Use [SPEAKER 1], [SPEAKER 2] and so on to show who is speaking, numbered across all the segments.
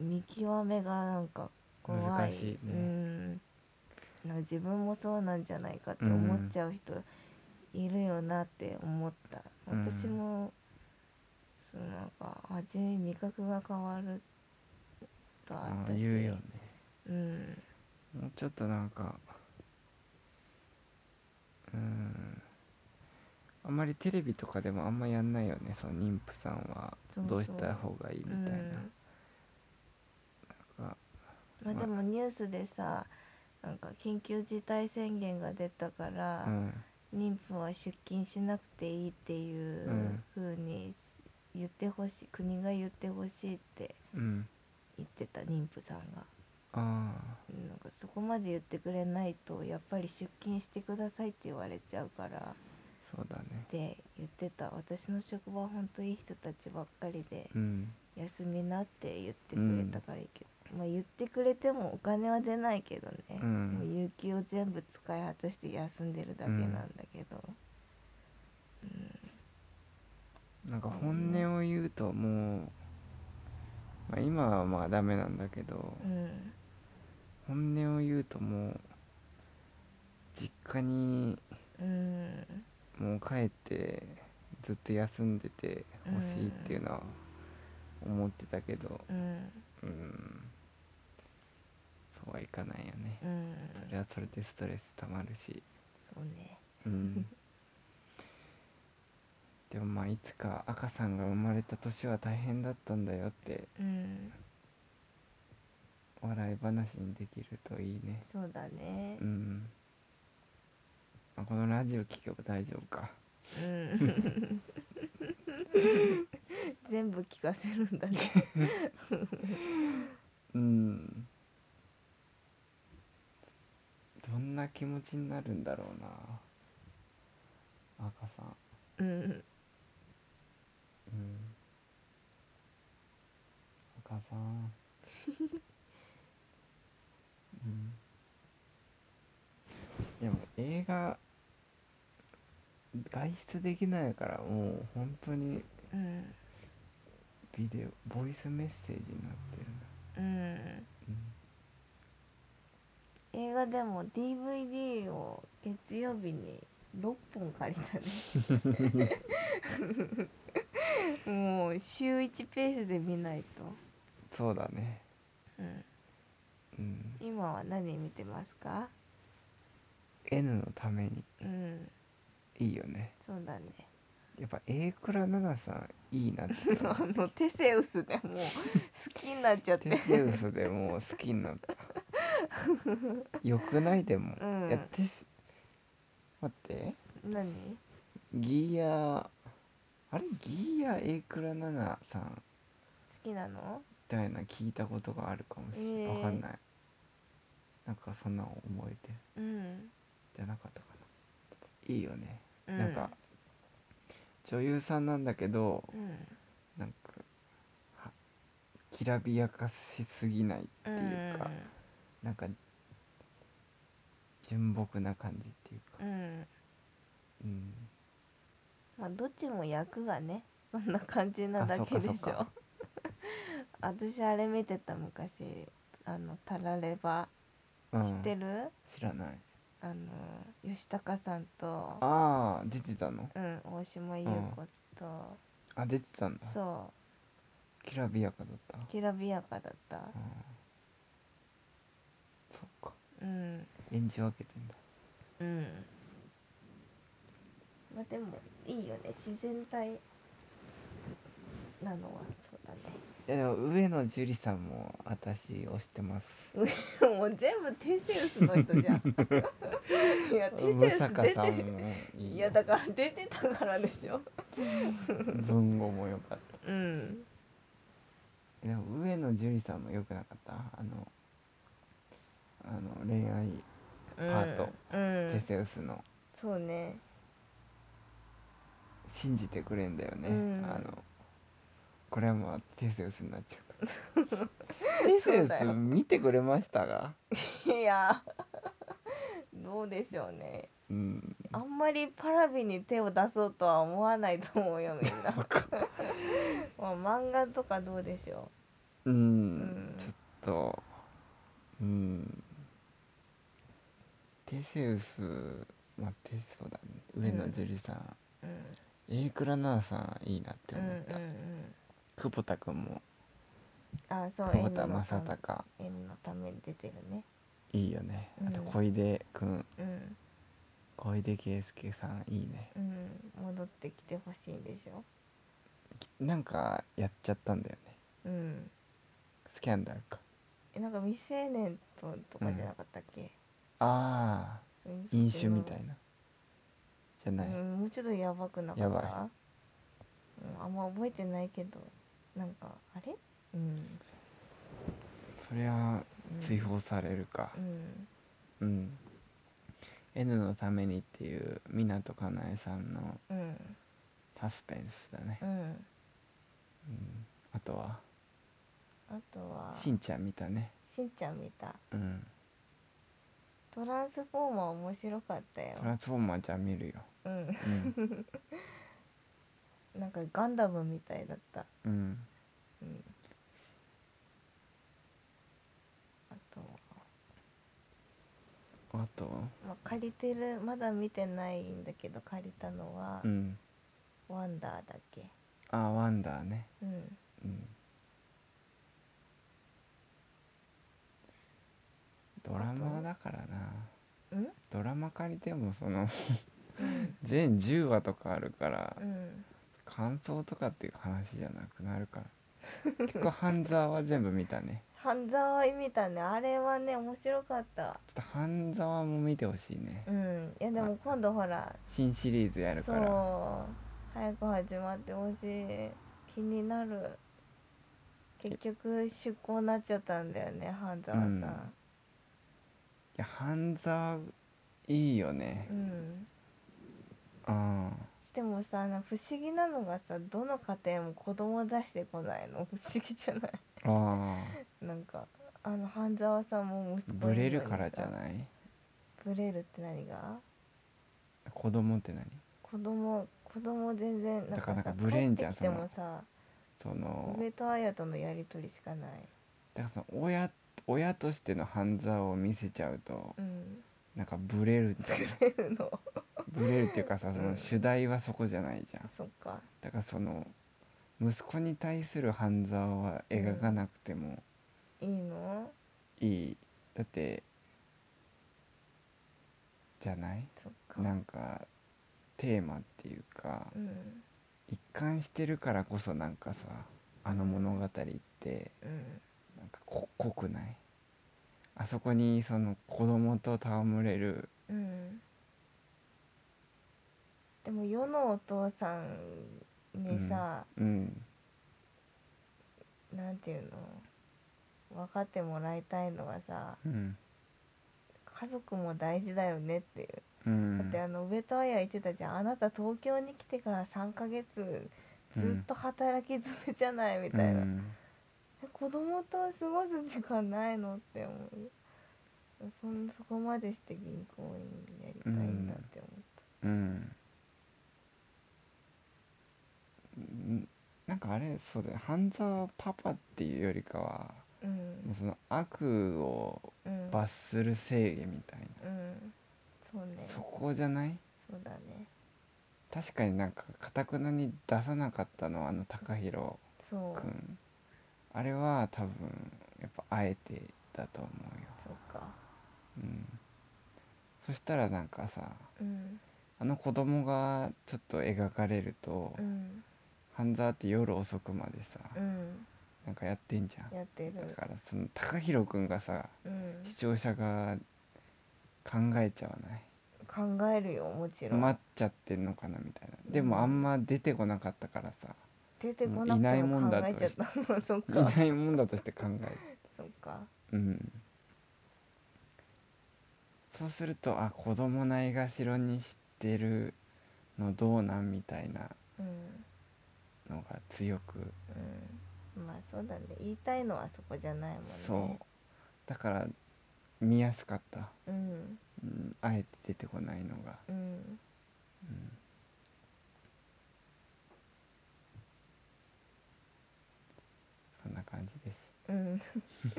[SPEAKER 1] 見極めがなんか怖い
[SPEAKER 2] 難しいね
[SPEAKER 1] うんなんか自分もそうなんじゃないかって思っちゃう人いるよなって思った、
[SPEAKER 2] うん
[SPEAKER 1] 私もそのなんか味味覚が変わるとあ
[SPEAKER 2] あ
[SPEAKER 1] っ
[SPEAKER 2] あ
[SPEAKER 1] たし
[SPEAKER 2] 言うよね
[SPEAKER 1] うん
[SPEAKER 2] もうちょっとなんかうーんあんまりテレビとかでもあんまやんないよねその妊婦さんは
[SPEAKER 1] そうそう
[SPEAKER 2] どうした方がいいみ
[SPEAKER 1] う
[SPEAKER 2] た
[SPEAKER 1] ん
[SPEAKER 2] いな、なんか
[SPEAKER 1] まあ、
[SPEAKER 2] まあ
[SPEAKER 1] でもニュースでさなんか緊急事態宣言が出たから、
[SPEAKER 2] うん
[SPEAKER 1] 妊婦は出勤しなくていいっていう
[SPEAKER 2] うん
[SPEAKER 1] 風に言ってほしい国が言ってほしいって
[SPEAKER 2] うん
[SPEAKER 1] 言ってた妊婦さんが
[SPEAKER 2] あ
[SPEAKER 1] なんかそこまで言ってくれないとやっぱり出勤してくださいって言われちゃうから
[SPEAKER 2] あそうだね
[SPEAKER 1] って言ってた私の職場はほんといい人たちばっかりで
[SPEAKER 2] うん
[SPEAKER 1] 休みなって言ってくれたからいいけど、まあ言ってくれてもお金は出ないけどね、
[SPEAKER 2] うん
[SPEAKER 1] もう有給を全部使い果たして休んでるだけなんだけど、
[SPEAKER 2] なんか本音を言うともう、まあ、今はまあダメなんだけど、
[SPEAKER 1] うん
[SPEAKER 2] 本音を言うともう実家に
[SPEAKER 1] うん
[SPEAKER 2] もう帰ってずっと休んでてほしいっていうのは思ってたけど
[SPEAKER 1] うん
[SPEAKER 2] うん、そうはいかないよね、
[SPEAKER 1] うん
[SPEAKER 2] それはそれでストレスたまるし
[SPEAKER 1] そうね
[SPEAKER 2] うんでもまあいつか赤さんが生まれた年は大変だったんだよって
[SPEAKER 1] うん
[SPEAKER 2] 笑い話にできるといいね
[SPEAKER 1] そうだね
[SPEAKER 2] うん、あ、このラジオ聞けば大丈夫か
[SPEAKER 1] うん全部聞かせるんだね
[SPEAKER 2] うんどんな気持ちになるんだろうな赤さ
[SPEAKER 1] う
[SPEAKER 2] ん
[SPEAKER 1] ん
[SPEAKER 2] うん赤さんうんでも映画外出できないからもう本当に
[SPEAKER 1] うん
[SPEAKER 2] ビデオボイスメッセージになってるな
[SPEAKER 1] うん
[SPEAKER 2] うん
[SPEAKER 1] 映画でも DVD を月曜日に6本借りたねもう週1ペースで見ないと、
[SPEAKER 2] そうだね
[SPEAKER 1] うん、
[SPEAKER 2] うん
[SPEAKER 1] 今は何見てますか
[SPEAKER 2] N のために
[SPEAKER 1] うん
[SPEAKER 2] いいよね
[SPEAKER 1] そうだね
[SPEAKER 2] やっぱ A 倉奈々さんいいなって
[SPEAKER 1] あのテセウスでもう好きになっちゃって
[SPEAKER 2] テセウスでもう好きになった よくないでも、
[SPEAKER 1] うん
[SPEAKER 2] いやテス待って
[SPEAKER 1] 何
[SPEAKER 2] ギーヤーあれギーヤー A 倉奈々さん
[SPEAKER 1] 好きなの
[SPEAKER 2] みたいな聞いたことがあるかもしれない、
[SPEAKER 1] へー
[SPEAKER 2] わかんないなんかそんなの覚えてる
[SPEAKER 1] うん、
[SPEAKER 2] じゃなかったかないいよね、
[SPEAKER 1] うん、
[SPEAKER 2] なんか女優さんなんだけど
[SPEAKER 1] うん
[SPEAKER 2] なんかはきらびやかしすぎないって
[SPEAKER 1] うん
[SPEAKER 2] いうか、なんか純朴な感じっていう
[SPEAKER 1] う
[SPEAKER 2] か、
[SPEAKER 1] ん
[SPEAKER 2] うん、
[SPEAKER 1] まあどっちも役がねそんな感じなだけでし
[SPEAKER 2] あそうかそう
[SPEAKER 1] ょ
[SPEAKER 2] か
[SPEAKER 1] 私あれ見てた昔あのタラレバ
[SPEAKER 2] う
[SPEAKER 1] 知
[SPEAKER 2] ん
[SPEAKER 1] ってる、
[SPEAKER 2] 知らない
[SPEAKER 1] あの吉高さんと
[SPEAKER 2] ああ出てたの
[SPEAKER 1] うん大島優子と、
[SPEAKER 2] あ出てたんだ
[SPEAKER 1] そ
[SPEAKER 2] きらびやかだった
[SPEAKER 1] うきらびやかだった
[SPEAKER 2] あーそっか
[SPEAKER 1] うん
[SPEAKER 2] 演じ分けてんだ
[SPEAKER 1] うんまあでもいいよね自然体なのはそうだね
[SPEAKER 2] いやでも上野樹里さんも私推してます
[SPEAKER 1] もう全部テセウスの人じゃん。 いや、テ
[SPEAKER 2] 武
[SPEAKER 1] セウス
[SPEAKER 2] 坂
[SPEAKER 1] 出
[SPEAKER 2] さん
[SPEAKER 1] て
[SPEAKER 2] もいいよ
[SPEAKER 1] いや、だから出てたからでしょ。
[SPEAKER 2] 文豪も良かった
[SPEAKER 1] うん。
[SPEAKER 2] でも上野樹里さんも良くなかったあのあの恋愛
[SPEAKER 1] パ
[SPEAKER 2] ート
[SPEAKER 1] うん。
[SPEAKER 2] テセウスの
[SPEAKER 1] そうね。
[SPEAKER 2] 「信じてくれんだよね」
[SPEAKER 1] うん
[SPEAKER 2] あのこれはもうテセウスになっちゃうから テセ
[SPEAKER 1] そう
[SPEAKER 2] ウ
[SPEAKER 1] だよ
[SPEAKER 2] ス見てくれましたが
[SPEAKER 1] いや、 どうでしょうね。
[SPEAKER 2] うん
[SPEAKER 1] あんまりパラビに手を出そうとは思わないと思う よ、みんな。まあ、漫画とかどうでしょ
[SPEAKER 2] う
[SPEAKER 1] う。うんん。
[SPEAKER 2] とうんテセウスまあテそうだね
[SPEAKER 1] ん
[SPEAKER 2] 上野樹里さん、
[SPEAKER 1] うん
[SPEAKER 2] 榮倉奈々さんいいなって
[SPEAKER 1] うん
[SPEAKER 2] 思
[SPEAKER 1] う
[SPEAKER 2] った、
[SPEAKER 1] んうん
[SPEAKER 2] 久保田君も
[SPEAKER 1] あそう
[SPEAKER 2] 久保田
[SPEAKER 1] 縁のた
[SPEAKER 2] 正
[SPEAKER 1] め
[SPEAKER 2] 孝
[SPEAKER 1] 縁のために出てるね
[SPEAKER 2] いいよねあと
[SPEAKER 1] うん
[SPEAKER 2] 小出君
[SPEAKER 1] うん
[SPEAKER 2] 小出圭介さんいいね
[SPEAKER 1] うん戻ってきてほしいんでしょ
[SPEAKER 2] きなんかやっちゃったんだよね
[SPEAKER 1] うん
[SPEAKER 2] スキャンダルか
[SPEAKER 1] えなんか未成年ととかじゃなかったっけ、
[SPEAKER 2] ああ
[SPEAKER 1] そういう
[SPEAKER 2] 飲酒みた
[SPEAKER 1] ない
[SPEAKER 2] なじゃない、
[SPEAKER 1] うん、もうちょっとやばくなかった
[SPEAKER 2] やば
[SPEAKER 1] うん、あんま覚えてないけどなんかあれうん、
[SPEAKER 2] そりゃ
[SPEAKER 1] うん
[SPEAKER 2] 追放されるか
[SPEAKER 1] うん
[SPEAKER 2] うん、N のためにっていう湊かなえさんの
[SPEAKER 1] うん
[SPEAKER 2] サスペンスだね
[SPEAKER 1] う、ん
[SPEAKER 2] うん、あとは
[SPEAKER 1] あとは
[SPEAKER 2] しんちゃん見たね
[SPEAKER 1] しんちゃん見た
[SPEAKER 2] うん
[SPEAKER 1] トランスフォーマー面白かったよ
[SPEAKER 2] トランスフォーマーじゃ見るよ
[SPEAKER 1] うん
[SPEAKER 2] うん、
[SPEAKER 1] なんかガンダムみたいだった
[SPEAKER 2] うん、
[SPEAKER 1] うんあとは
[SPEAKER 2] あと
[SPEAKER 1] まあ、借りてるまだ見てないんだけど借りたのは、
[SPEAKER 2] うん
[SPEAKER 1] ワンダーだっけ
[SPEAKER 2] あーワンダーね
[SPEAKER 1] うん
[SPEAKER 2] うんドラマだからな
[SPEAKER 1] うん
[SPEAKER 2] ドラマ借りても その
[SPEAKER 1] うん
[SPEAKER 2] 全10話とかあるから
[SPEAKER 1] うん
[SPEAKER 2] 感想とかっていう話じゃなくなるから結構半沢は全部見たね
[SPEAKER 1] 半沢見たねあれはね面白かった
[SPEAKER 2] ちょっと半沢も見てほしいね
[SPEAKER 1] うんいやでも今度ほら
[SPEAKER 2] 新シリーズやる
[SPEAKER 1] そ
[SPEAKER 2] から
[SPEAKER 1] う早く始まってほしい気になる結局出向になっちゃったんだよね半沢さん
[SPEAKER 2] いや半沢いいよね
[SPEAKER 1] うん、
[SPEAKER 2] うん
[SPEAKER 1] でもさなんか不思議なのがさどの家庭も子供出してこないの 不思議じゃない
[SPEAKER 2] ああ
[SPEAKER 1] なんかあの半沢さんも息子
[SPEAKER 2] ブレるからじゃ
[SPEAKER 1] い
[SPEAKER 2] ない
[SPEAKER 1] ブレるって何が
[SPEAKER 2] 子供って何
[SPEAKER 1] 子供子供全然なん
[SPEAKER 2] だか
[SPEAKER 1] か
[SPEAKER 2] らなん
[SPEAKER 1] さ
[SPEAKER 2] かブレんじゃん
[SPEAKER 1] 帰ってきてもさ
[SPEAKER 2] その
[SPEAKER 1] 上戸彩とのやり取りしかない
[SPEAKER 2] だからその親親としての半沢を見せちゃうと
[SPEAKER 1] うん
[SPEAKER 2] なんかブレるんじゃない
[SPEAKER 1] の
[SPEAKER 2] ブレるっていうかさその主題はそこじゃないじゃん
[SPEAKER 1] そっか
[SPEAKER 2] だからその息子に対する半沢は描かなくても
[SPEAKER 1] いいの
[SPEAKER 2] いい、だってじゃない
[SPEAKER 1] そっか
[SPEAKER 2] なんかテーマっていうか
[SPEAKER 1] うん
[SPEAKER 2] 一貫してるからこそなんかさあの物語って
[SPEAKER 1] うん
[SPEAKER 2] なんかこ濃くないあそこにその子供と戯れる
[SPEAKER 1] うんでも世のお父さんにさ、
[SPEAKER 2] うん
[SPEAKER 1] なんていうの分かってもらいたいのはさ
[SPEAKER 2] うん
[SPEAKER 1] 家族も大事だよねっていう
[SPEAKER 2] う
[SPEAKER 1] だっ
[SPEAKER 2] ん
[SPEAKER 1] てあの上戸彩言ってたじゃんあなた東京に来てから3ヶ月ずっと働き詰めじゃないみたいな、
[SPEAKER 2] うん
[SPEAKER 1] え子供と過ごす時間ないのって思うそんそこまでして銀行員やりたいんだって思っ
[SPEAKER 2] うんうんなんかあれそうだよ半沢パパっていうよりかは
[SPEAKER 1] たうん
[SPEAKER 2] もうその悪を
[SPEAKER 1] うん
[SPEAKER 2] 罰する正義みたい
[SPEAKER 1] うんそう
[SPEAKER 2] な
[SPEAKER 1] ね
[SPEAKER 2] そこじゃない
[SPEAKER 1] そうだね
[SPEAKER 2] 確かになんかかたくなに出さなかったのはあの高弘
[SPEAKER 1] そう
[SPEAKER 2] くんあれは多分やっぱあえてだと思うよ
[SPEAKER 1] そっか
[SPEAKER 2] うんそしたらなんかさ
[SPEAKER 1] うん
[SPEAKER 2] あの子供がちょっと描かれると、
[SPEAKER 1] うん
[SPEAKER 2] 半沢って夜遅くまでさ、
[SPEAKER 1] うん
[SPEAKER 2] なんかやってんじゃん
[SPEAKER 1] やってる
[SPEAKER 2] だからその高弘君がさ
[SPEAKER 1] うん
[SPEAKER 2] 視聴者が考えちゃわない
[SPEAKER 1] 考えるよもちろん、
[SPEAKER 2] 待っちゃってんのかなみたいなでもあんま出てこなかったからさ
[SPEAKER 1] 出てこなく
[SPEAKER 2] いな
[SPEAKER 1] て
[SPEAKER 2] いもん
[SPEAKER 1] も考
[SPEAKER 2] だ
[SPEAKER 1] えちゃった のそっ
[SPEAKER 2] い
[SPEAKER 1] か
[SPEAKER 2] ないもんだとして考え
[SPEAKER 1] そっか
[SPEAKER 2] るうんそうするとあ子供ないがしろにしてるのどうなんみたいな
[SPEAKER 1] うん
[SPEAKER 2] のが強く
[SPEAKER 1] うんまあそうだね言いたいのはそこじゃないもんね
[SPEAKER 2] そうだから見やすかった、
[SPEAKER 1] うん
[SPEAKER 2] うん、あえて出てこないのが、
[SPEAKER 1] うん
[SPEAKER 2] うん、そんな感じです
[SPEAKER 1] うん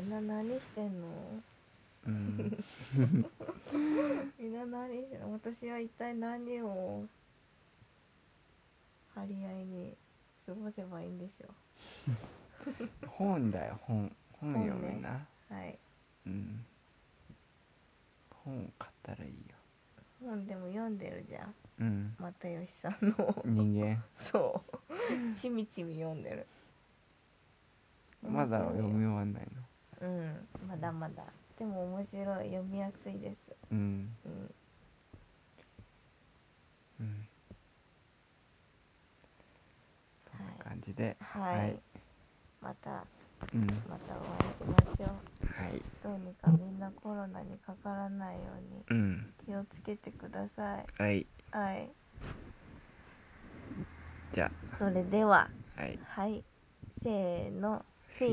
[SPEAKER 1] んな何してんの
[SPEAKER 2] うん
[SPEAKER 1] みんな何してんの私は一体何を張り合いに過ごせばいいんでしょ
[SPEAKER 2] 本だよ本本
[SPEAKER 1] 本ね
[SPEAKER 2] 読めな、
[SPEAKER 1] うはい
[SPEAKER 2] うん本買ったらいいよ
[SPEAKER 1] 本でも読んでるじゃん
[SPEAKER 2] うん
[SPEAKER 1] 又吉さんの
[SPEAKER 2] 人間
[SPEAKER 1] そうちみちみ読んでる
[SPEAKER 2] まだ読み終わんないの
[SPEAKER 1] うんまだまだでも面白い読みやすいです
[SPEAKER 2] うん
[SPEAKER 1] うん
[SPEAKER 2] うんそん
[SPEAKER 1] はい
[SPEAKER 2] な感じで
[SPEAKER 1] はい、
[SPEAKER 2] はい
[SPEAKER 1] また
[SPEAKER 2] うん
[SPEAKER 1] またお会いしましょう
[SPEAKER 2] はい
[SPEAKER 1] どうにかみんなコロナにかからないように
[SPEAKER 2] うん
[SPEAKER 1] 気をつけてください
[SPEAKER 2] はい
[SPEAKER 1] はい
[SPEAKER 2] じゃ
[SPEAKER 1] それでは
[SPEAKER 2] あはい
[SPEAKER 1] はいせーの